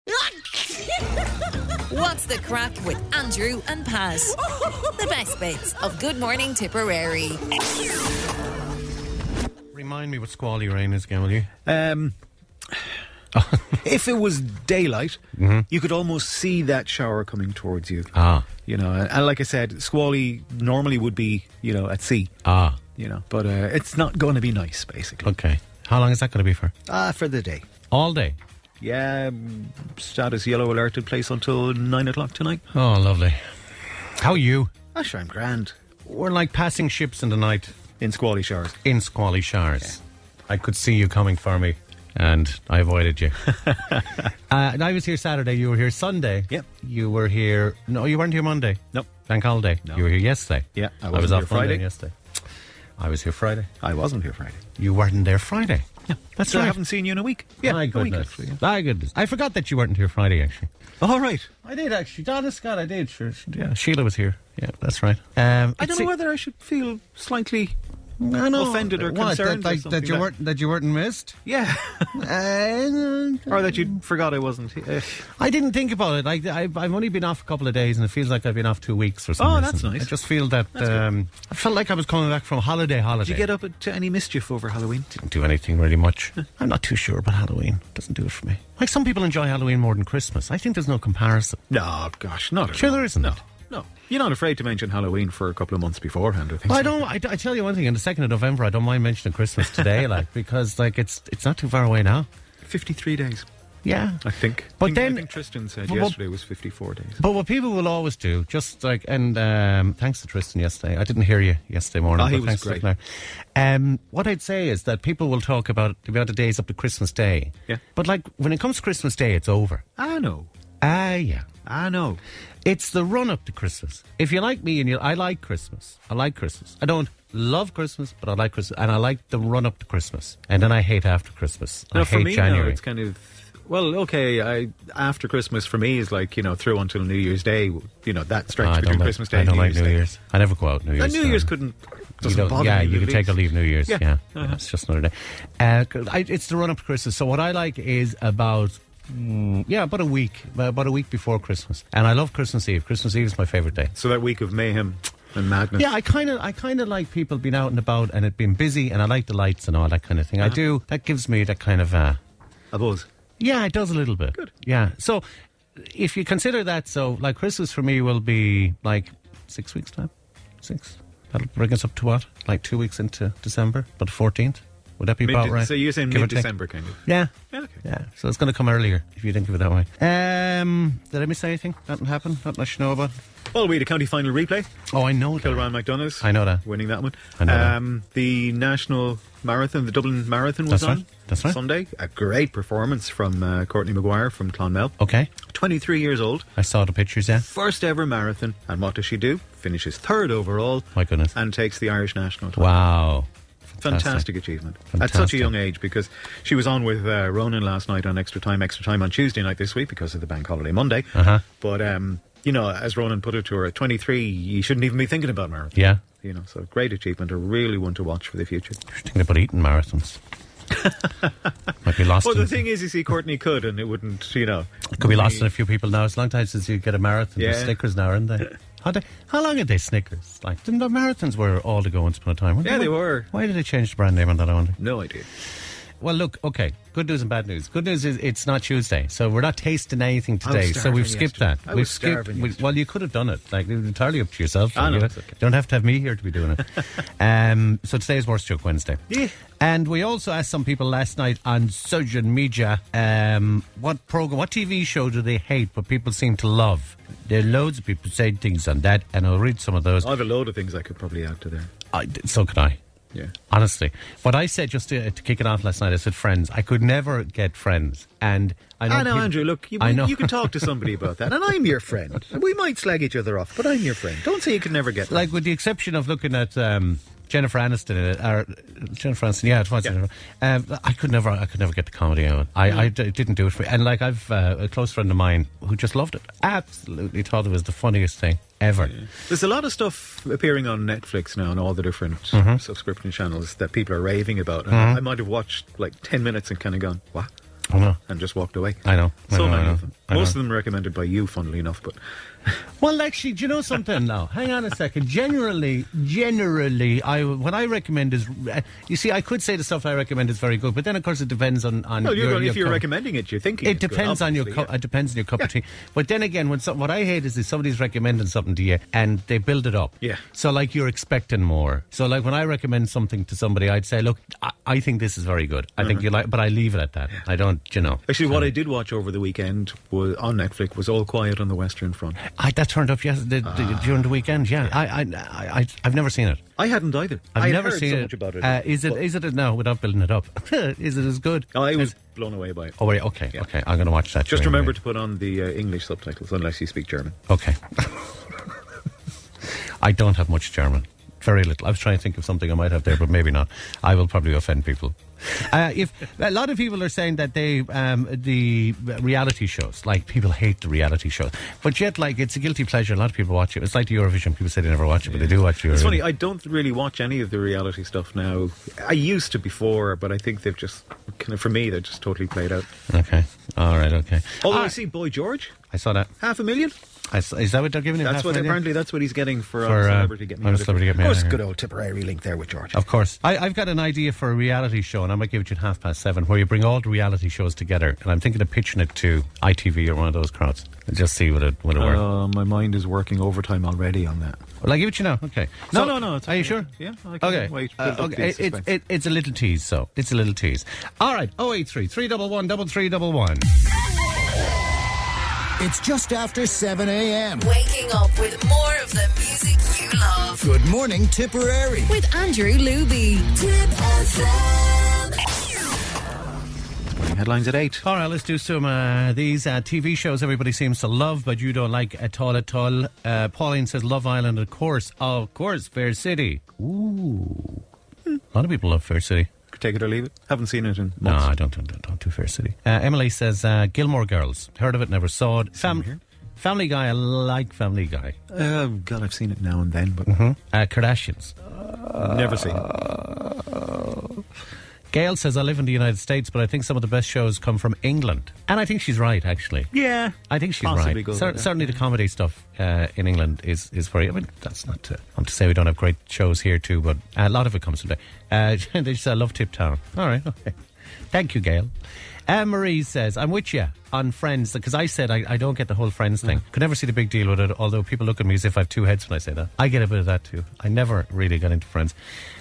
What's the crack with Andrew and Pat? The best bits of Good Morning Tipperary. Remind me what squally rain is again, will you? Um, if it was daylight, you could almost see that shower coming towards you. Ah, You know, and, and like I said, squally normally would be, you know, at sea. ah, You know, but uh, it's not going to be nice, basically. okay. How long is that going to be for? Ah, for the day. All day. Yeah, um, status yellow alert in place until nine o'clock tonight. Oh, lovely. How are you? Ah, sure, I'm grand We're like passing ships in the night in squally showers. in squally showers. I could see you coming for me, and I avoided you. uh, and I was here Saturday. You were here Sunday. Yep. You were here. No, you weren't here Monday. Nope. Bank holiday. No. You were here yesterday. Yeah, I I, wasn't was here off Monday Friday. and yesterday. I was here Friday. I wasn't here Friday. You weren't there Friday. Yeah, that's So I right. haven't seen you in a week. My a week, goodness. actually, yeah. My goodness. I forgot that you weren't here Friday, actually. All right. I did, actually. Donna Scott, I did. Sure. Yeah, Sheila was here. Yeah, that's right. Um, I don't know whether I should feel slightly offended or what, concerned. that, or like, something that you like- weren't that you weren't missed. Yeah. Uh, or that you forgot I wasn't here. I didn't think about it. Like I, I've only been off a couple of days, and it feels like I've been off two weeks or something. Oh, that's nice. I just feel that um, I felt like I was coming back from holiday. Holiday. Did you get up to any mischief over Halloween? Didn't do anything really much. I'm not too sure about Halloween. Doesn't do it for me. Like some people enjoy Halloween more than Christmas. I think there's no comparison. No, gosh, not at Sure, all. there isn't. No, no. You're not afraid to mention Halloween for a couple of months beforehand, I think. Well, I don't. I, I tell you one thing. On the second of November, I don't mind mentioning Christmas today, like because like it's it's not too far away now. 53 days, Yeah. I think. But I think, then- I think Tristan said Well, well- yesterday was 54 days. But what people will always do, just like, and um, thanks to Tristan yesterday. I didn't hear you yesterday morning. Oh, he but was thanks to great. Claire. Um, what I'd say is that people will talk about the amount of days up to Christmas Day. Yeah. But like when it comes to Christmas Day, it's over. I know. Ah, yeah. I know. It's the run up to Christmas. If you like me and you, I like Christmas. I like Christmas. I don't love Christmas, but I like Christmas, and I like the run up to Christmas. And then I hate after Christmas. I No, hate for me, January. no, it's kind of. Well, okay. I after Christmas for me is like you know through until New Year's Day. You know that Ah, stretch I don't between like, Christmas Day I and don't New like Year's New Day. Year's. I never go out New And Year's. New Year's um, couldn't You doesn't don't- bother yeah, me. you the can take a leave least. New Year's. Yeah, Yeah. Uh-huh. it's just another day. Uh, 'cause I, it's the run up to Christmas. So what I like is about. mm, Yeah, about a week, about a week before Christmas, and I love Christmas Eve. Christmas Eve is my favorite day. So that week of mayhem and madness. Yeah, I kind of, I kind of like people being out and about and it being busy, and I like the lights and all that kind of thing. I Uh-huh. do. That gives me that kind of, uh, I buzz. yeah, it does a little bit. Good. Yeah. So, if you consider that, so like Christmas for me will be like six weeks time, six. That'll bring us up to what, like two weeks into December, but fourteenth. Would that be Mid- about right? So you're saying Give or mid take? December kind of. Yeah. Yeah, okay. Yeah. So it's going to come earlier if you think of it that way. Um, did I miss anything? Nothing happened. Nothing I should know about. Well, we had a county final replay. Oh, I know. that. Kilryan McDonough's. I know that. Winning that one. I know that. um, The national marathon, the Dublin Marathon That's was right. on That's right. Sunday. A great performance from uh, Courtney McGuire from Clonmel. Okay. 23 years old. I saw the pictures. Yeah. First ever marathon. And what does she do? Finishes third overall. My goodness. And takes the Irish national. title. Wow. Fantastic, achievement at such a Fantastic. young age because she was on with uh, Ronan last night on Extra Time, Extra Time on Tuesday night this week because of the bank holiday Monday. Uh-huh. But, um, you know, as Ronan put it to her, at 23, you shouldn't even be thinking about marathon. Yeah. You know, so great achievement, a really one to watch for the future. Thinking about eating marathons. Might be lost. Well, in, the thing is, you see, Courtney could, and it wouldn't, you know. could be lost in a few people now. It's a long time since you get a marathon. There's Yeah. Snickers now, aren't they? How, they, how long are they Snickers? Like, didn't the marathons were all to go once upon a time? weren't Yeah, they were. Why did they change the brand name on that? I wonder. No idea. Well, look, okay. Good news and bad news. Good news is it's not Tuesday, so we're not tasting anything I was today. So starving we've skipped that. yesterday. I we've was skipped. starving yesterday. well, you could have done it. Like it was entirely up to yourself. I know, you it's okay. don't have to have me here to be doing it. um, so today's worst joke Wednesday. Yeah. And we also asked some people last night on social media um, what program, what TV show do they hate, but people seem to love. There are loads of people saying things on that, and I'll read some of those. I have a load of things I could probably add to there. I, so could I. Yeah. Honestly, what I said just to, to kick it off last night, I said friends. I could never get friends, and I know. I know, people- Andrew. Look, you, I know. you can talk to somebody about that, and I'm your friend. We might slag each other off, but I'm your friend. Don't say you can never get like with the exception of looking at um, Jennifer Aniston, in it, or uh, Jennifer Aniston, yeah, it was Yeah. Jennifer. Um, I could never, I could never get the comedy out. I, Mm. I d- it didn't do it for me. And like I've uh, a close friend of mine who just loved it, absolutely thought it was the funniest thing ever. There's a lot of stuff appearing on Netflix now and all the different Mm-hmm. subscription channels that people are raving about. And I might have watched like 10 minutes and kind of gone, what? I know. and just walked away. I know. I know, So I many know, of them. I Most know. of them recommended by you, funnily enough, but Well, actually, do you know something now? Hang on a second. Generally, generally, I what I recommend is uh, you see, I could say the stuff I recommend is very good, but then of course it depends on on no, you're your, going, your if you're com- recommending it, you're thinking It it's good, depends on your co- obviously, it depends on your cup of tea. But then again, when some, what I hate is if somebody's recommending something to you and they build it up. Yeah. So like you're expecting more. So like when I recommend something to somebody, I'd say, look, I, I think this is very good. I think you like, but I leave it at that. I don't, you know. yeah. Mm-hmm. Actually, what I did watch over the weekend was on Netflix was All Quiet on the Western Front. I, that turned up yesterday Ah. during the weekend. Yeah, I, I, I, I, I've never seen it. I hadn't either. I've I had never heard seen so it. much about it. Uh, is it? but Is it? No, without building it up, is it as good? I was blown away by it. Oh wait, okay, Yeah. okay. I'm going to watch that. Just during the remember week. to put on the uh, English subtitles unless you speak German. Okay. I don't have much German. Very little. I was trying to think of something I might have there, but maybe not. I will probably offend people. Uh, if a lot of people are saying that they um, the reality shows, like people hate the reality shows, but yet like it's a guilty pleasure. A lot of people watch it. It's like the Eurovision. People say they never watch it, but they do watch Eurovision. It's funny, I don't really watch any of the reality stuff now. I used to before, but I think they've just, kind of, for me, they're just totally played out. okay. All right. Okay. Although Ah, I see Boy George, I saw that. half a million. I s is that what they're giving him? That's half what an idea? apparently that's what he's getting for, uh, For, uh, celebrity get me on out Celebrity Here. Get Me Out Of of course, Here. good old Tipperary link there with George. Of course. I, I've got an idea for a reality show, and I might give it to you at half past seven, where you bring all the reality shows together. And I'm thinking of pitching it to ITV or one of those crowds and just see what it, what it works. Uh, my mind is working overtime already on that. Well, I give it to you now. Okay. No, no, no, it's are you okay. sure? Yeah, I can Okay. wait. Uh, Build up the okay. It, it, suspense. it, it's a little tease, so it's a little tease. All right. 083 311 3311. It's just after 7 a.m. Waking up with more of the music you love. Good morning, Tipperary. With Andrew Luby. Tip FM. Headlines at eight. All right, let's do some uh, these uh, TV shows everybody seems to love, but you don't like at all, at all. Uh, Pauline says Love Island, of course, of course, Fair City. Ooh, a lot of people love Fair City. Take it or leave it. Haven't seen it in No, months. I don't, don't, don't do Fair City. Uh, Emily says uh, Gilmore Girls. Heard of it, never saw it. Fam- Family Guy, I like Family Guy. Uh, God, I've seen it now and then, but Uh, Kardashians. never seen Uh, it. Gail says I live in the United States, but I think some of the best shows come from England, and I think she's right actually. Yeah. I think she's Possibly right. good, Cer- yeah. Certainly, the comedy stuff uh, in England is is very. I mean, that's not to, not to say we don't have great shows here too, but a lot of it comes from there. Uh, they just I love Tip Town. All right, okay. Thank you, Gail. Anne Marie says, "I'm with you on Friends because I said I, I don't get the whole Friends thing. Mm. Could never see the big deal with it. Although people look at me as if I have two heads when I say that. I get a bit of that too. I never really got into Friends.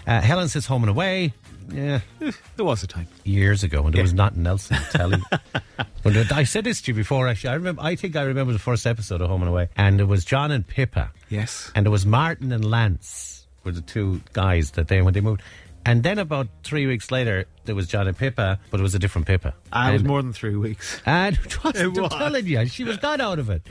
Uh, Helen says, Home and Away. Yeah, There was a time. years ago when there Yeah. was not Nelson telly. when there- I said this to you before, actually. I remember. I think I remember the first episode of Home and Away, and it was John and Pippa. Yes. and it was Martin and Lance were the two guys that they when they moved. And then about three weeks later, there was John and Pippa, but it was a different Pippa. I was And- more than three weeks. and it was, It I'm was. telling you, she was gone out of it.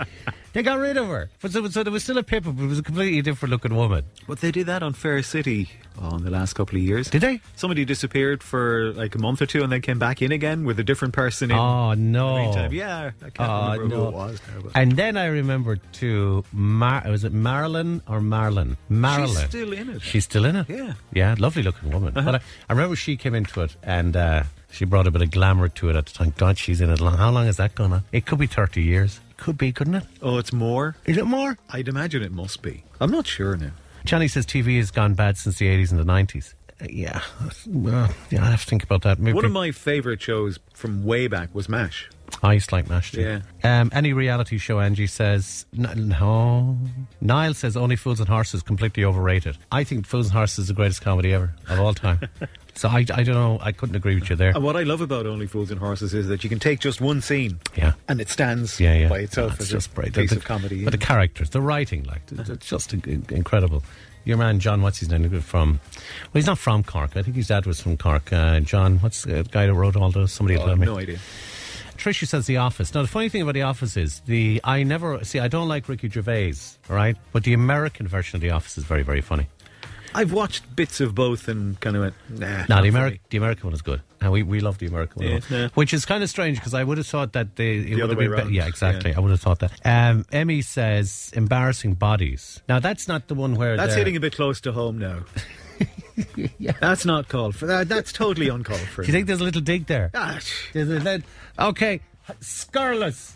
They got rid of her. But so, so there was still a Pippa, but it was a completely different looking woman. But they did that on Fair City oh, in the last couple of years. Did they? Somebody disappeared for like a month or two and then came back in again with a different person in. Oh, the no. meantime. Yeah, I can't Oh, remember no. who it was. Now, but- And then I remember to Mar- was it Marilyn or Marlon? Marilyn. She's still in it. She's still in it. Yeah. Uh-huh. yeah, lovely looking woman. But I, I remember she came into it and uh, she brought a bit of glamour to it. At the time, God, she's in it. Long. How long is that gonna? It could be thirty years. Could be, couldn't it? oh, it's more? Is it more? I'd imagine it must be. I'm not sure now. Johnny says TV has gone bad since the eighties and the nineties. Uh, yeah, well, yeah, I have to think about that. Maybe One of my favourite shows from way back was MASH. I used to like MASH too. Yeah. Um, any reality show, Angie says, n- no. Niall says, only Fools and Horses, completely overrated. I think Fools and Horses is the greatest comedy ever of all time. so I, I don't know. I couldn't agree with you there. And what I love about Only Fools and Horses is that you can take just one scene Yeah. and it stands Yeah, yeah. by No, itself it's as just a bright. piece The- of comedy. Uh-huh. But the characters, the writing, like, it's it's just in- incredible. Your man John, what's his name? From, well, he's not from Cork. I think his dad was from Cork. Uh, John, what's the guy that wrote all those? Somebody Oh, I told have me. no idea. Tricia says The Office. Now, the funny thing about The Office is the I never see. I don't like Ricky Gervais, all right? But the American version of The Office is very, very funny. I've watched bits of both and kind of went, nah. Now, not the for Ameri- me. the American one is good, and we, we love the American one, a Yeah, lot. yeah. which is kind of strange because I would have thought that they, it The would other have way been better. round. Yeah, exactly. Yeah. I would have thought that. Um, Emmy says embarrassing bodies. Now, that's not the one where That's they're- hitting a bit close to home now. That's not called for. That, that's totally uncalled for. Do you think there's a little dig there? Ah, sh- There's a lit- okay, Scarless.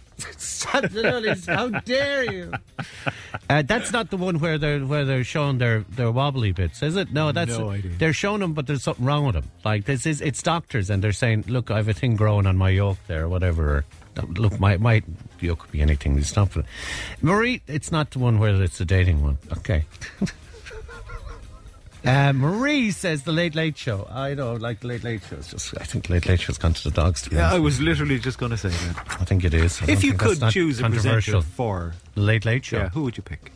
How dare you? Uh, that's not the one where they're where they're showing their, their wobbly bits, is it? No, that's No idea. they're showing them, but there's something wrong with them. Like this is it's doctors, and they're saying, "Look, I have a thing growing on my yolk there, or whatever." Or, Look, my my yolk could be anything. It's not for Marie. It's not the one where it's the dating one. Okay. Uh, Marie says the Late Late Show. I don't like the Late Late Show. It's just I think Late Late Show's gone to the dogs. To be yeah, honest. I was literally just going to say that. I think it is. I don't If you think that's could not choose a presenter controversial for, Late Late Show. yeah, who would you pick?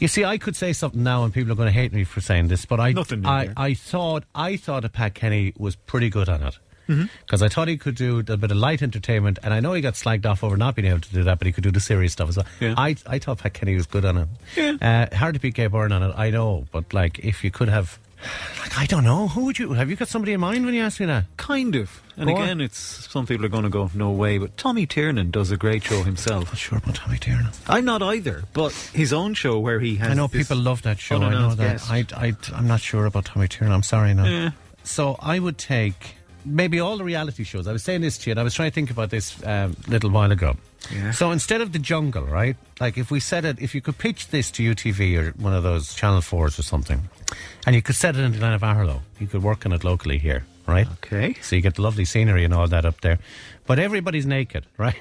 You see, I could say something now, and people are going to hate me for saying this, but I Nothing new I, there. I thought I thought that Pat Kenny was pretty good on it Mm-hmm. because I thought he could do a bit of light entertainment, and I know he got slagged off over not being able to do that, but he could do the serious stuff as well. Yeah. I I thought Pat Kenny was good on it. Yeah. Uh, hard to beat Gay Byrne on it, I know, but like if you could have, like I don't know, who would you have? You got somebody in mind when you ask me that? Kind of. And Go on. again, it's some people are going to go no way, but Tommy Tiernan does a great show himself. Sure, but Tommy Tiernan. I'm not either, but his own show where he has. I know this- people love that show. I know unannounced that. guest. I, I, I'm not sure about Tommy Tiernan. I'm sorry now. Yeah. So I would take maybe all the reality shows. I was saying this to you, and I was trying to think about this um, little while ago. Yeah. So instead of the jungle, right? Like if we said it, if you could pitch this to UTV or one of those Channel 4s or something, and you could set it in the Glen of Arlo, you could work on it locally here, right? Okay. So you get lovely scenery and all that up there. But everybody's naked, right?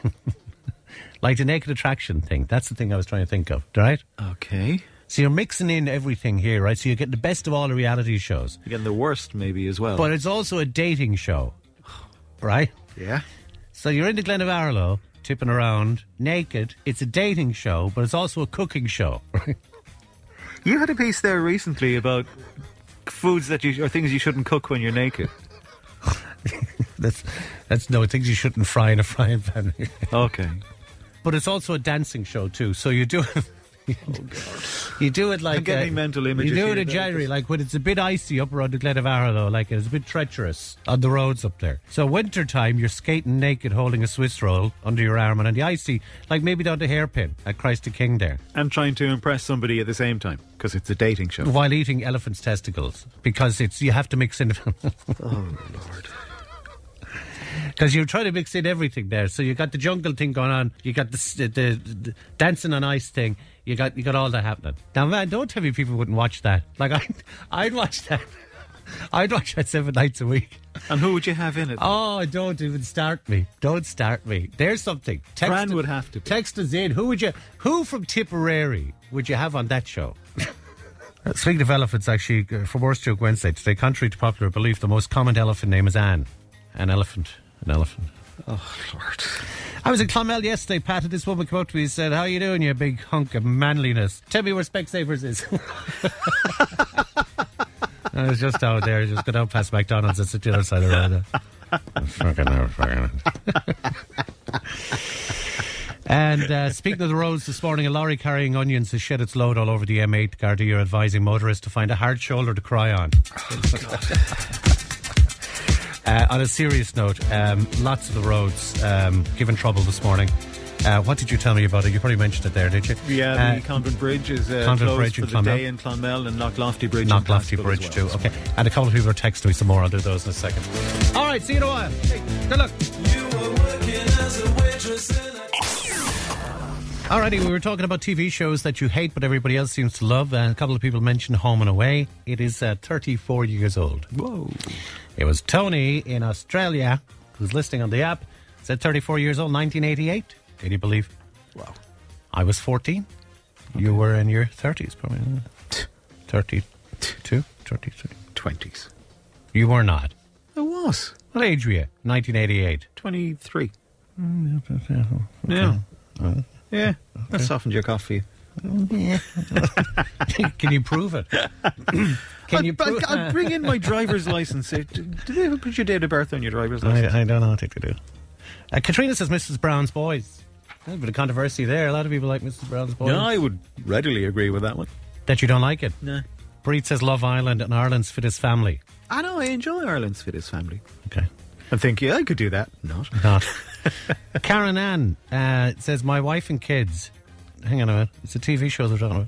like the naked attraction thing. That's the thing I was trying to think of, right? Okay. So you're mixing in everything here, right? So you get the best of all the reality shows. Again, the worst maybe as well. But it's also a dating show, right? yeah. So you're in the Glen of Arlo, tipping around, naked. It's a dating show, but it's also a cooking show. You had a piece there recently about foods that you or things you shouldn't cook when you're naked. that's, that's no, things you shouldn't fry in a frying pan. Okay. but it's also a dancing show, too. So you do it. You do it like Oh, getting mental images You do here it in now. January, like when it's a bit icy up around the Glen of Arlo, like it's a bit treacherous on the roads up there. So winter time, you're skating naked, holding a Swiss roll under your arm, and on the icy, like maybe down the hairpin at Christ the King there, And trying to impress somebody at the same time because it's a dating show. while eating elephant's testicles because it's you have to mix in. oh Lord. Because you're trying to mix in everything there, so you got the jungle thing going on, you got the, s- the, the, the dancing on ice thing, you got you got all that happening. Now, man, don't tell me people wouldn't watch that. Like I, I'd watch that. I'd watch that seven nights a week. And who would you have in it? Oh, don't even start me. Don't start me. There's something. Text Fran would have to be. Text us in. Who would you who from Tipperary would you have on that show? Uh, Speaking of elephants, actually, uh, for Worst Joke Wednesday today, contrary to popular belief, the most common elephant name is Anne. An elephant. An elephant. Oh, Lord. I was in Clonmel yesterday, Pat, and this woman came up to me and said, How you doing, you big hunk of manliness? Tell me where Specsavers is. I was just out there, just go down past McDonald's. It's at the other side of the road. fucking hell, fucking hell. And uh, speaking of the roads this morning, a lorry carrying onions has shed its load all over the M8. Garda, you're advising motorists to find a hard shoulder to cry on. Uh, on a serious note, um, lots of the roads um, given trouble this morning. Uh, what did you tell me about it? You probably mentioned it there, did you? Yeah, the Uh, Convent Bridge is uh, Convent closed Bridge in for the Clonmel. day in Clonmel and Knocklofty Bridge. Knock in Lofty Pascal Bridge as too. well. Okay, and a couple of people are texting me some more. I'll do those in a second. All right, see you in a while. Hey, good luck. Alrighty, we were talking about TV shows that you hate but everybody else seems to love. Uh, a couple of people mentioned Home and Away. It is uh, 34 years old. Whoa. It was Tony in Australia who's listening on the app. Said 34 years old, 1988. Can you believe? Wow. I was 14. You were in your 30s, probably. 32, 33. 20s. You were not. I was. What age were you? 1988. 23. Yeah. Yeah. That softened your coffee. Can you prove it? Can you prove I'll, I'll bring in my driver's license. Uh, d- Do they ever put your date of birth on your driver's license? I, I don't know what to do. Uh, Katrina says Mrs. Brown's Boys. A little bit of controversy there. A lot of people like Mrs. Brown's Boys. no, I would readily agree with that one. That you don't like it. No. Breed says Love Island and Ireland's Fittest Family. I know, I enjoy Ireland's Fittest Family. Okay. I'm thinking, I could do that. Not. Not. Karen Ann uh, says, My wife and kids. Hang on a minute. It's a TV show they're talking about.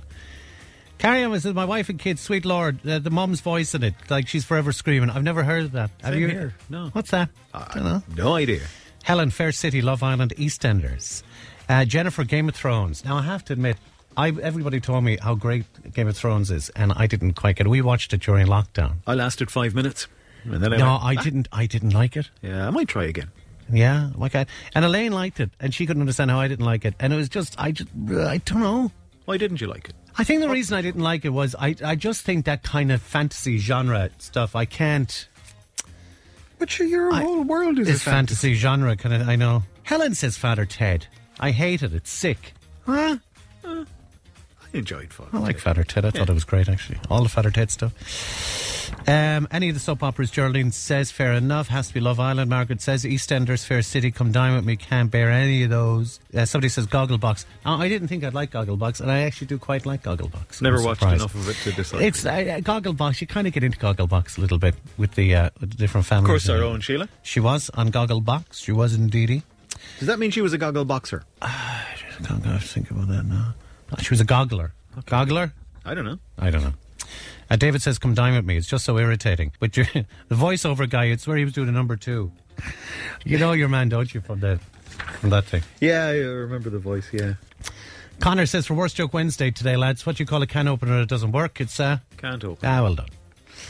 Carry on. This is my wife and kids. Sweet Lord, uh, the mum's voice in it, like she's forever screaming. I've never heard of that. Have Same you? here. Uh, No. What's that? don't know. No idea. Helen, Fair City, Love Island, EastEnders. Uh, Jennifer, Game of Thrones. Now, I have to admit, I, everybody told me how great Game of Thrones is, and I didn't quite get it. We watched it during lockdown. I lasted five minutes. And then I No, went, I didn't. I didn't like it. Yeah, I might try again. Yeah, my God. And Elaine liked it, and she couldn't understand how I didn't like it. And it was just, I just, I don't know. Why didn't you like it? I think the reason I didn't like it was I, I just think that kind of fantasy genre stuff, I can't. But sure, your whole world is This fantasy genre kind of, I know. Helen says Father Ted. I hated it. It's sick. Huh? I enjoyed fun. I like Fatter Ted. I thought it was great, actually. All the Fatter Ted stuff. Um, any of the soap operas, Geraldine says, fair enough. Has to be Love Island. Margaret says, EastEnders, Fair City, Come Dine With Me. Can't bear any of those. Uh, somebody says, Gogglebox. Now, I didn't think I'd like Gogglebox, and I actually do quite like Gogglebox. Never I'm watched surprised. enough of it to decide. It's uh, uh, Gogglebox. You kind of get into Gogglebox a little bit with the, uh, with the different of families. course, our in it. own Sheila. She was on Gogglebox. She was indeedy. Does that mean she was a goggle boxer? I can't I have to think about that now. She was a goggler. Goggler? I don't know. I don't know. Uh, David says, "Come dine with me." It's just so irritating. But you're, the voiceover guy—it's where he was doing a number two. You know your man, don't you? From that, from that thing. Yeah, I uh, remember the voice. Yeah, Connor says, "For worst joke Wednesday today, lads. What you call a can opener that doesn't work? It's uh, can't open. ah, well done.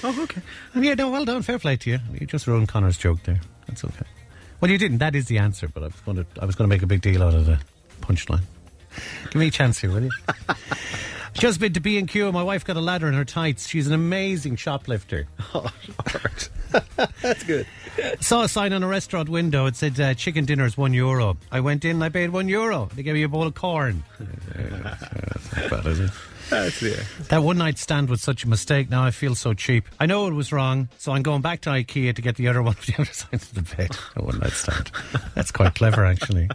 oh, okay. And yeah, no, well done. Fair play to you. You just ruined Connor's joke there. That's okay. Well, you didn't. That is the answer. But I was going to—I was going to make a big deal out of the punchline. Give me a chance here, will you? Just been to B and Q, and my wife got a ladder in her tights. She's an amazing shoplifter. That's good. Saw a sign on a restaurant window. It said uh, chicken dinners one euro. I went in. and I paid one euro. They gave me a bowl of corn. That's yeah. that one night stand was such a mistake. Now I feel so cheap. I know it was wrong, so I'm going back to IKEA to get the other one of the other sides of the bed. A one night stand. That's quite clever, actually.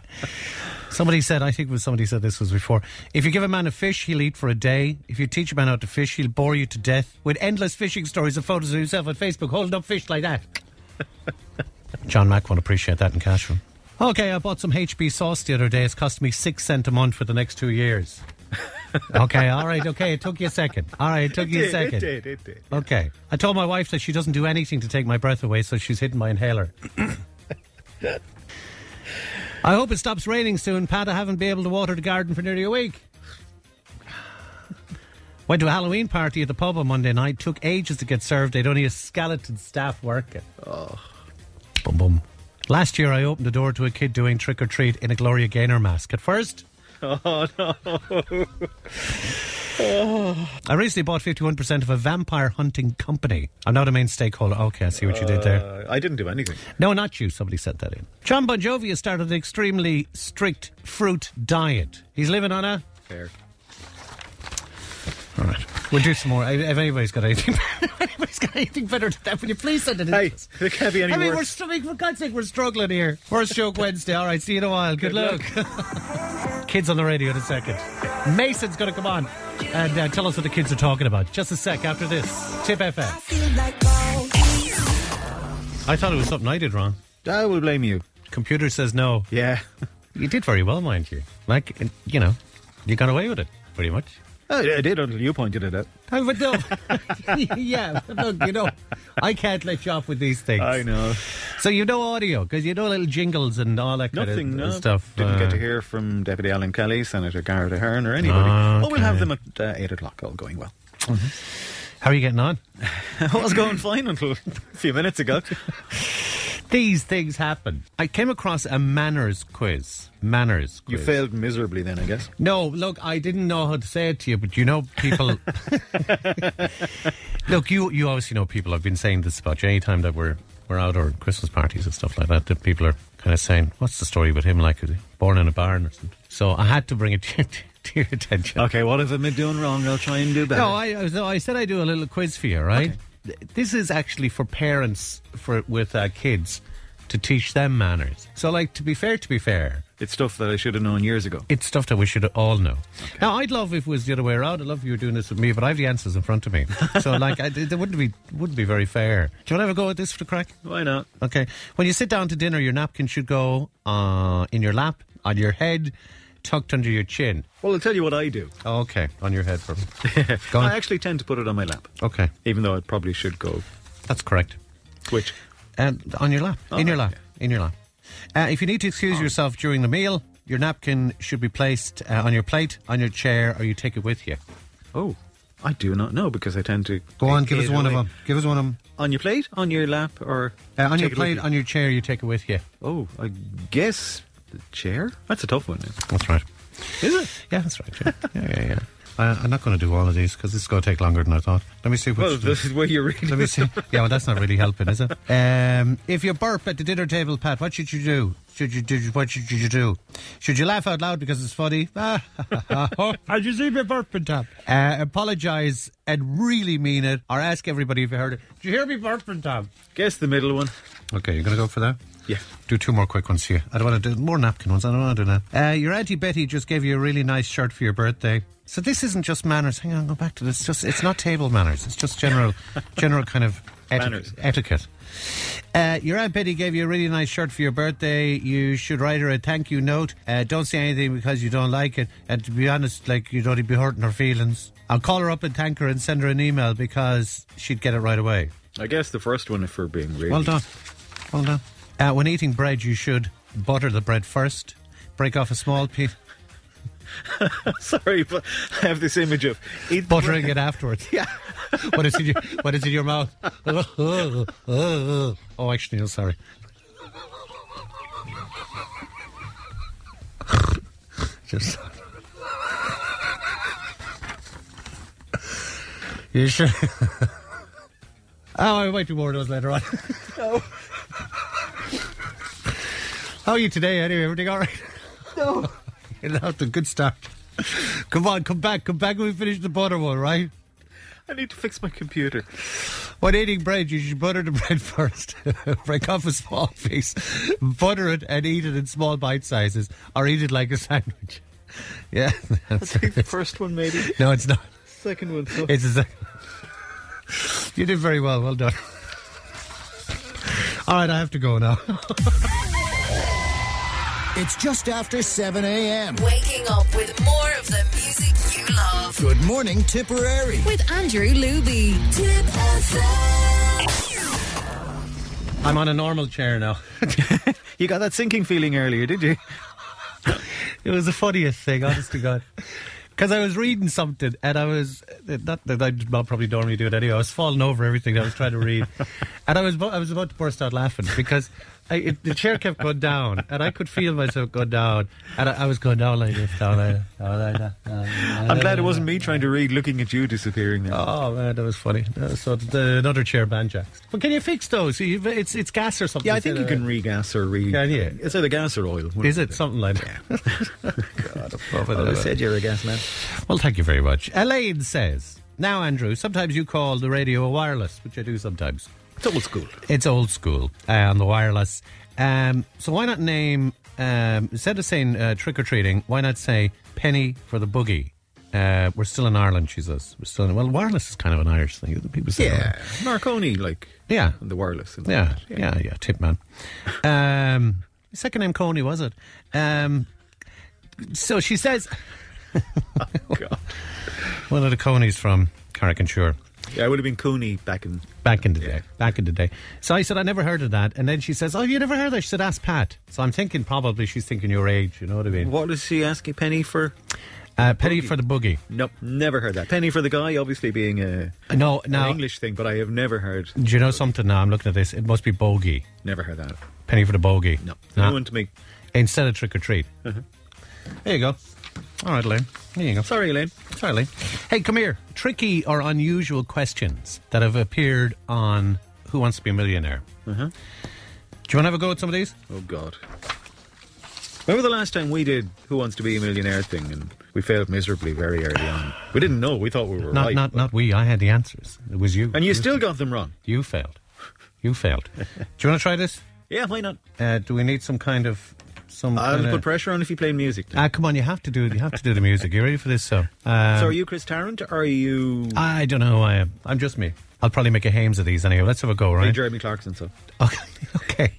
Somebody said, I think it was somebody said this was before. If you give a man a fish, he'll eat for a day. If you teach a man how to fish, he'll bore you to death with endless fishing stories and photos of himself on Facebook holding up fish like that. John Mack won't appreciate that in cash room. Okay, I bought some HB sauce the other day. It's cost me six cent a month for the next two years. okay, all right, okay. It took you a second. All right, it took you a It did, second. it did, it did. Okay. I told my wife that she doesn't do anything to take my breath away, so she's hidden my inhaler. I hope it stops raining soon, Pat. I haven't been able to water the garden for nearly a week. Went to a Halloween party at the pub on Monday night. Took ages to get served. They'd only a skeleton staff working. Oh. Boom, boom. Last year, I opened the door to a kid doing trick or treat in a Gloria Gaynor mask. At first, I recently bought 51% of a vampire hunting company. I'm not a main stakeholder. Okay, I see what you did there. Uh, I didn't do anything. No, not you. Somebody sent that in. John Bon Jovi has started an extremely strict fruit diet. He's living on a. Fair. All right. We'll do some more. If if anybody's got anything, if anybody's got anything better than that, would you please send it in? Hey, there can't be any I mean, we're worse. struggling. For God's sake, we're struggling here. Worst joke Wednesday. All right. See you in a while. Good, luck. kids on the radio in a second. Mason's going to come on and uh, tell us what the kids are talking about. Just a sec after this. Tip FM. I thought it was something I did wrong. I will blame you. Computer says no. Yeah. You did very well, mind you. Like, uh, you know, you got away with it, pretty much. I, I did until you pointed it out. I would know. yeah, but look, you know, I can't let you off with these things. I know. So you know audio, because you know little jingles and all that Nothing, kind of no. stuff. Didn't get uh, to hear from Deputy Alan Kelly, Senator Garda Hearn, or anybody. Oh, we'll have Okay. them at uh, 8 o'clock, all going well. How are you getting on? I was going fine until a few minutes ago. These things happen. I came across a manners quiz. Manners You quiz. failed miserably then, I guess. No, look, I didn't know how to say it to you, but you know, people. look, you you obviously know people. I've been saying this about you any time that we're we're out or Christmas parties and stuff like that. That people are kind of saying, "What's the story with him? Like, is he born in a barn or something?" So I had to bring it to, your- to your attention. Okay, what have I been doing wrong? I'll try and do better. No, I, I was- I said I do a little quiz for you, right? Th- This is actually for parents for with uh, kids to teach them manners. So, like, to be fair, to be fair, It's stuff that I should have known years ago. it's stuff that we should all know. Now, I'd love if it was the other way around. I'd love if you were doing this with me, but I have the answers in front of me, so like, I, it wouldn't be wouldn't be very fair. Do you want to have a go at this for the crack? Why not? Okay. When you sit down to dinner, your napkin should go uh, in your lap, on your head, tucked under your chin? Well, I'll tell you what I do. Oh, okay, on your head for me. Go on. I actually tend to put it on my lap, okay, even though I probably should go. that's correct. Which, And on your lap, in your lap, in your lap. Uh, if you need to excuse yourself during the meal, your napkin should be placed uh, on your plate, on your chair, or you take it with you. oh, I do not know because I tend to Go on, take give us it one of away. them. Give us one of them. On your plate, on your lap, or Uh, on take your it with plate, you? on your chair, you take it with you. Oh, I guess the chair. That's a tough one. now. That's right. Is it? Yeah, that's right. Yeah, yeah, yeah. yeah. Uh, I'm not going to do all of these because this is going to take longer than I thought. Let me see which. Well, this is where you're reading. Let me see. Yeah, well, that's not really helping, is it? Um, if you burp at the dinner table, Pat, what should you do? Should you do? What should you do? Should you laugh out loud because it's funny? Ah, Did you see me burping, Tom? Uh, apologize and really mean it, or ask everybody if you heard it. Did you hear me burping, Tom? Guess the middle one. Okay, you're going to go for that. Yeah. Do two more quick ones here. I don't want to do more napkin ones. I don't want to do that. Uh, your auntie Betty just gave you a really nice shirt for your birthday. So this isn't just manners. Hang on, go back to this. It's just it's not table manners. It's just general, general kind of etiquette. Manners. etiquette. Uh, your aunt Betty gave you a really nice shirt for your birthday. You should write her a thank you note. Uh, don't say anything because you don't like it. And to be honest, like you'd already be hurting her feelings. I'll call her up and thank her and send her an email because she'd get it right away. I guess the first one, if we're being really. Well done. Well done. Uh, when eating bread, you should butter the bread first, break off a small piece, Sorry, but I have this image of eat buttering it afterwards. Yeah. what is in your What is in your mouth? oh, actually, no, sorry. Just. you should. oh, I might do more of those later on. How are you today? Anyway, everything all right? No. That's a good start. Come on, come back, come back when we finish the butter one, right? I need to fix my computer. When eating bread, you should butter the bread first. Break off a small piece, butter it, and eat it in small bite sizes, or eat it like a sandwich. Yeah, that's Take the first one, maybe. no, it's not. Second one. So. It's a sec- you did very well. Well done. All right, I have to go now. It's just after 7 a.m. Waking up with more of the music you love. Good morning, Tipperary. With Andrew Luby. Tip FM. I'm on a normal chair now. You got that sinking feeling earlier, did you? It was the funniest thing, honest to God. Because I was reading something and I was, not that I would probably normally do it anyway, I was falling over everything I was trying to read. and I was, bo- I was about to burst out laughing because I, it, the chair kept going down and I could feel myself go down. And I, I was going down like this, down like that, down like that. down like that. I'm glad it wasn't me trying to read, looking at you disappearing there. Uh, Oh man, that was funny. That was so the, another chair banjaxed. But can you fix those? You've- It's it's gas or something. yeah, I think you can regas or re. Can you? It's either gas or oil. one Is of it the two. something like that? God, above it, Well, I above it. said you're a gas man. Well, thank you very much. Elaine says, Now, Andrew, sometimes you call the radio a wireless, which I do sometimes. It's old school. It's old school uh, on the wireless. Um, so why not name, um, instead of saying uh, trick or treating, why not say penny for the boogie? Uh, we're still in Ireland, she says. We're still in, well, wireless is kind of an Irish thing. isn't it? People say "Oh, Yeah, Marconi, like Yeah. and the wireless. And Yeah, that. yeah, yeah. Tip man. Um, second name Coney was it? Um, so she says God. one of the Coneys from Carrick and Shore. yeah. It would have been Cooney back in. Back in the day. Back in the day. So I said, I never heard of that. And then she says, Oh, you never heard of that? She said, Ask Pat. So I'm thinking probably she's thinking your age, you know what I mean? What was she asking Penny for? Uh, Penny for the boogie. Nope, never heard that. Penny for the guy, obviously being a No, an now, do English thing, but I have never heard, you know something now? I'm looking at this. It must be bogey. never heard that. Penny for the bogey. No, Uh-huh. Nah. no one to me. Instead of trick or treat. There you go. All right, Elaine. There you go. Sorry, Elaine. Sorry, Lee. Hey, come here. Tricky or unusual questions that have appeared on Who Wants to Be a Millionaire. Mm-hmm. Uh-huh. Do you want to have a go at some of these? Oh God. Remember the last time we did Who Wants to Be a Millionaire thing, and we failed miserably very early on. We didn't know. We thought we were Not, right. not, not we. I had the answers. It was you. and you still got them wrong. you failed. You failed. Do you want to try this? Yeah, why not? Uh, Uh, do we need some kind of some? I'll kinda- put pressure on if you play music. Now. Ah, come on! You have to do. You have to do the music. You ready for this? So, uh, so are you Chris Tarrant? Or are you I don't know who I am. I'm just me. I'll probably make a hames of these anyway. Let's have a go, right? Jeremy Clarkson? So Okay. okay.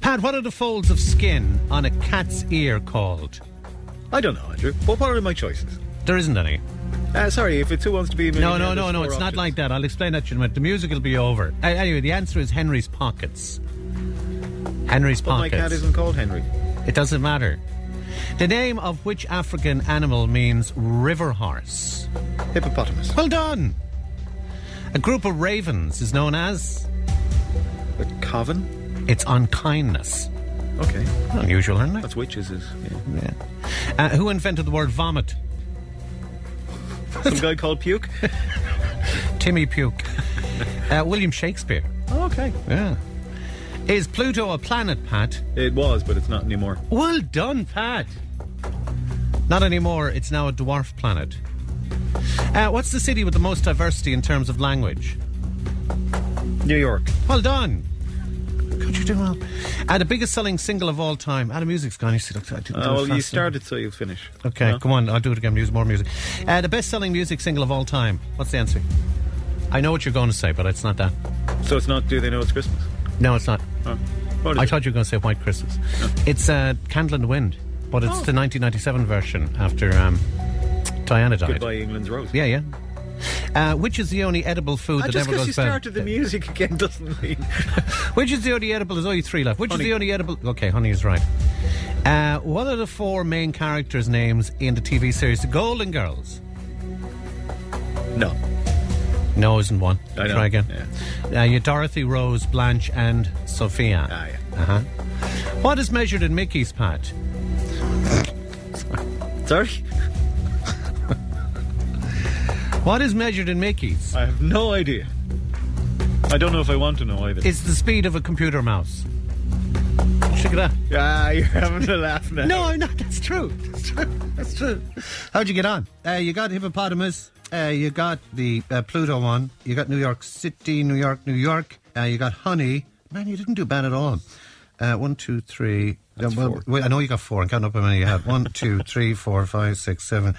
Pat, what are the folds of skin on a cat's ear called? I don't know, Andrew. What, what are my choices? There isn't any. Uh, sorry, if it's Who Wants to Be a No, Millionaire. no, there's no, no. four It's not options. like that. I'll explain that to you in a minute. The music will be over. Uh, anyway, the answer is Henry's Pockets. Henry's But my Pockets. cat isn't called Henry. It doesn't matter. The name of which African animal means river horse? Hippopotamus. Well done. A group of ravens is known as A coven? its unkindness. Okay. Unusual, isn't it? That's witches. Is, yeah. Yeah. Uh, who invented the word vomit? Some guy called Puke? Timmy Puke. uh, William Shakespeare. Oh, okay. Yeah. Is Pluto a planet, Pat? It was, but it's not anymore. Well done, Pat. Not anymore. It's now a dwarf planet. Uh, what's the city with the most diversity in terms of language? New York. Well done. Could you do well? And the biggest selling single of all time. Ah, the music's gone. You see, look, I didn't do Uh, it well, you fast enough. started, so you finish. Okay, No? come on. I'll do it again. Use more music. Uh, the best-selling music single of all time. What's the answer? I know what you're going to say, but it's not that. So it's not Do They Know It's Christmas? No, it's not. Huh? What is I it? thought you were going to say White Christmas. It's uh, Candle in the Wind, but it's Oh. the 1997 version after um, Diana died. Goodbye, England's Rose. Yeah, yeah. Uh, which is the only edible food Ah, that just never because goes you bad? started the music again doesn't mean. Which is the only edible? There's only three left. Which Honey. is the only edible? Okay, honey is right. Uh, what are the four main characters' names in the TV series The Golden Girls? no. No, isn't one. I know, Try again. Uh, you're Dorothy, Rose, Blanche, and Sophia. Ah, yeah. Uh-huh. What is measured in Mickey's Pat? Sorry? What is measured in Mickey's? I have no idea. I don't know if I want to know either. It's the speed of a computer mouse. Check it out. ah, you're having a laugh now. No, I'm not. That's true. That's true. That's true. How'd you get on? Uh, you got hippopotamus. Uh, you got the uh, Pluto one. You got New York City, New York, New York. Uh, you got honey. Man, you didn't do bad at all. Uh, one, two, three. That's Uh, well, four. Wait, I know you got four. I'm counting up how many you had. One, two, three, four, five, six, seven.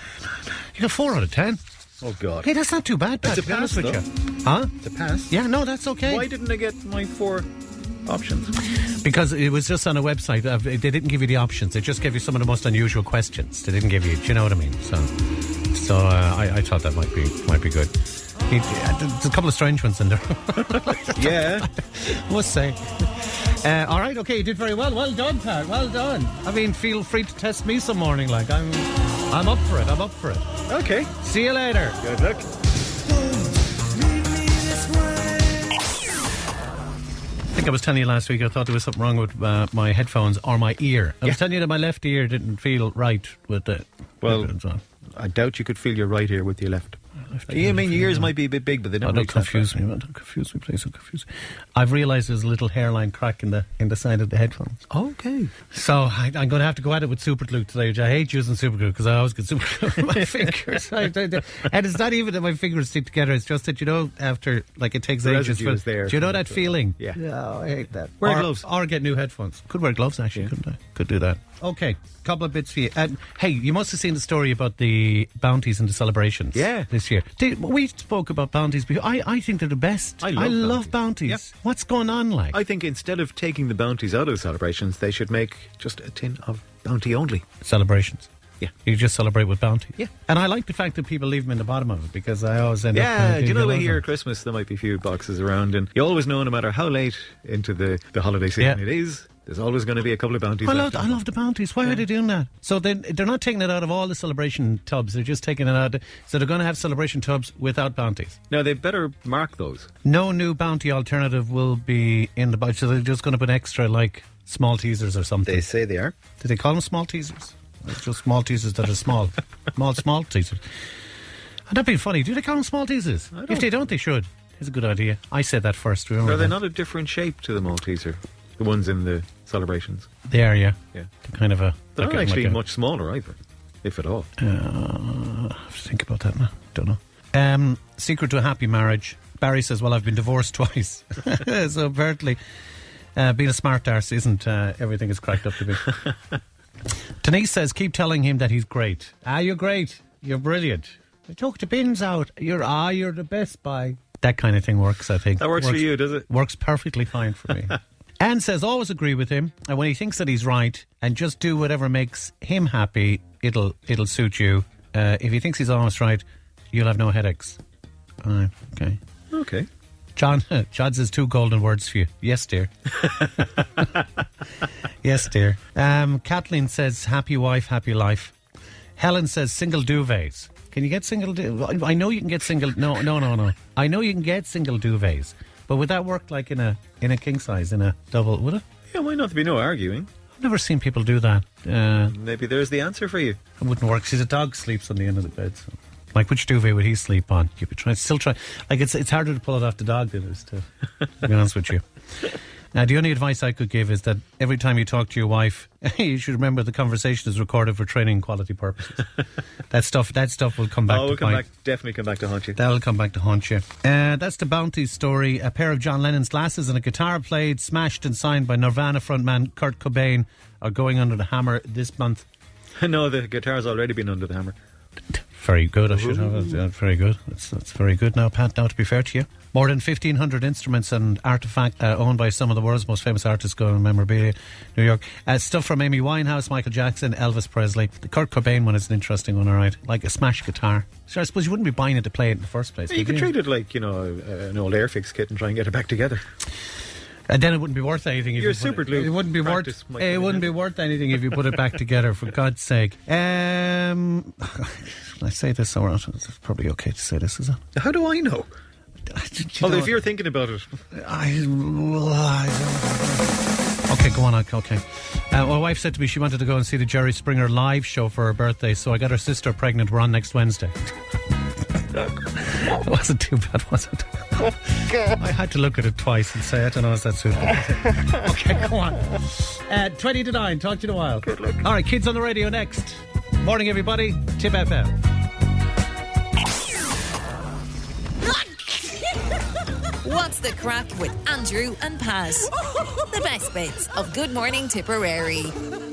You got four out of ten. Oh, God. Hey, that's not too bad. Pat, It's a to be honest pass, with you. Huh? It's a pass. Yeah, no, that's okay. Why didn't I get my four options? Because it was just on a website. Uh, they didn't give you the options. They just gave you some of the most unusual questions. They didn't give you. Do you know what I mean? So, so uh, I, I thought that might be might be good. He- uh, There's a couple of strange ones in there. yeah. I must say. Uh, all right, okay, you did very well. Well done, Pat. Well done. I mean, feel free to test me some morning. Like I'm, I'm up for it. I'm up for it. Okay. See you later. Good luck. I think I was telling you last week I thought there was something wrong with uh, my headphones or my ear. I was Yeah. telling you that my left ear didn't feel right with the Well, headphones on. I doubt you could feel your right ear with your left. Yeah, I mean, your ears might be a bit big, but they Oh, don't. don't reach that confuse far. me. man. Don't confuse me, please. Don't confuse me. I've realised there's a little hairline crack in the in the side of the headphones. Okay. So I, I'm going to have to go at it with super glue today, which I hate using super glue because I always get super glue on my fingers. I- I- I- and it's not even that my fingers stick together. It's just that you know, after like it takes The ages. residue for- is there Do you know from that the- feeling? yeah. Oh, I hate that. Wear or, gloves. or get new headphones. Could wear gloves actually. Yeah. Couldn't I? Could do that. Okay, couple of bits for you. And hey, you must have seen the story about the bounties and the celebrations. Yeah. this year. Did- we spoke about bounties. Before. I I think they're the best. I bounties. love bounties. Yep. What's going on like? I think instead of taking the bounties out of the celebrations, they should make just a tin of bounty only. celebrations. Yeah. You just celebrate with bounties. Yeah. And I like the fact that people leave them in the bottom of it because I always end up. Yeah, uh, do you know doing that the here other at Christmas there might be a few boxes around, and you always know no matter how late into the, the holiday season Yeah. it is, there's always going to be a couple of bounties. one. I left love, I over. love the bounties. Why are they doing that? So they they're not taking it out of all the celebration tubs. They're just taking it out. So they're going to have celebration tubs without bounties. Now they better mark those. No new bounty alternative will be in the box. So they're just going to put extra like small teasers or something. say they are. Do they call them small teasers? It's just small teasers that are small, small small teasers. And that'd be funny. Do they call them small teasers? I don't- If they don't, they should. It's a good idea. I said that first. Remember Are they that? not a different shape to the Malteser? The ones in the celebrations. They are, yeah. Yeah. They're kind of a. They're like not a- actually like a- much smaller either, if at all. Uh. I have to think about that now. Don't know. Um, secret to a happy marriage. Barry says, "Well, I've been divorced twice, so apparently, uh, being a smart arse isn't uh, everything is cracked up to be." Denise says, "Keep telling him that he's great. Ah, you're great. You're brilliant. I took the bins out. You're ah, you're the best by." That kind of thing works. I think That works for you, does it? Works perfectly fine for me. Anne says, always agree with him, and when he thinks that he's right, and just do whatever makes him happy, it'll it'll suit you. Uh, if he thinks he's almost right, you'll have no headaches. Uh, okay. Okay. John, John says two golden words for you. Yes, dear. yes, dear. Um, Kathleen says happy wife, happy life. Helen says single duvets. Can you get single? Du- I know you can get single. No, no, no, no. I know you can get single duvets, but would that work like in a in a king size in a double? Would it? Yeah, why not? There'd be no arguing. I've never seen people do that. Uh, Maybe there's the answer for you. it wouldn't work. See, the dog sleeps on the end of the bed. So. Like which duvet would he sleep on? You'd be trying, still trying. Like it's it's harder to pull it off the dog than it is to. to be honest with you. Now, the only advice I could give is that every time you talk to your wife, you should remember the conversation is recorded for training quality purposes. that stuff, that stuff will come back. oh, to we'll come bite. back. Definitely come back to haunt you. That'll come back to haunt you. Uh, that's the Bounty story. A pair of John Lennon's glasses and a guitar played, smashed, and signed by Nirvana frontman Kurt Cobain are going under the hammer this month. no, the guitar's already been under the hammer. Very good. I should have. That's, uh, very good. That's, that's very good. Now, Pat. Now, to be fair to you, more than fifteen hundred instruments and artifact uh, owned by some of the world's most famous artists go in memorabilia, New York. Uh, stuff from Amy Winehouse, Michael Jackson, Elvis Presley. The Kurt Cobain one is an interesting one. All right, like a smash guitar. So I suppose you wouldn't be buying it to play it in the first place. You would could treat it like, you know, a- an old Airfix kit and try and get it back together. And then it wouldn't be worth anything. If Your you put super it- glue It wouldn't be practice worth. might come It in wouldn't be handy. worth anything if you put it back together. For God's sake. Um, I say this somewhere else. It's probably okay to say this, is it? How do I know? Do you Although, know if what? you're thinking about it, I, well, I don't- okay, go on. Okay. okay. Uh, my wife said to me she wanted to go and see the Jerry Springer live show for her birthday, so I got her sister pregnant. We're on next Wednesday. That wasn't too bad, was it? I had to look at it twice and say, I don't know, is that suitable? okay, go on. Uh, 20 to 9, talk to you in a while. Good luck. All right, kids on the radio next. Morning, everybody. Tip FM. What's the crack with Andrew and Paz? The best bits of Good Morning Tipperary.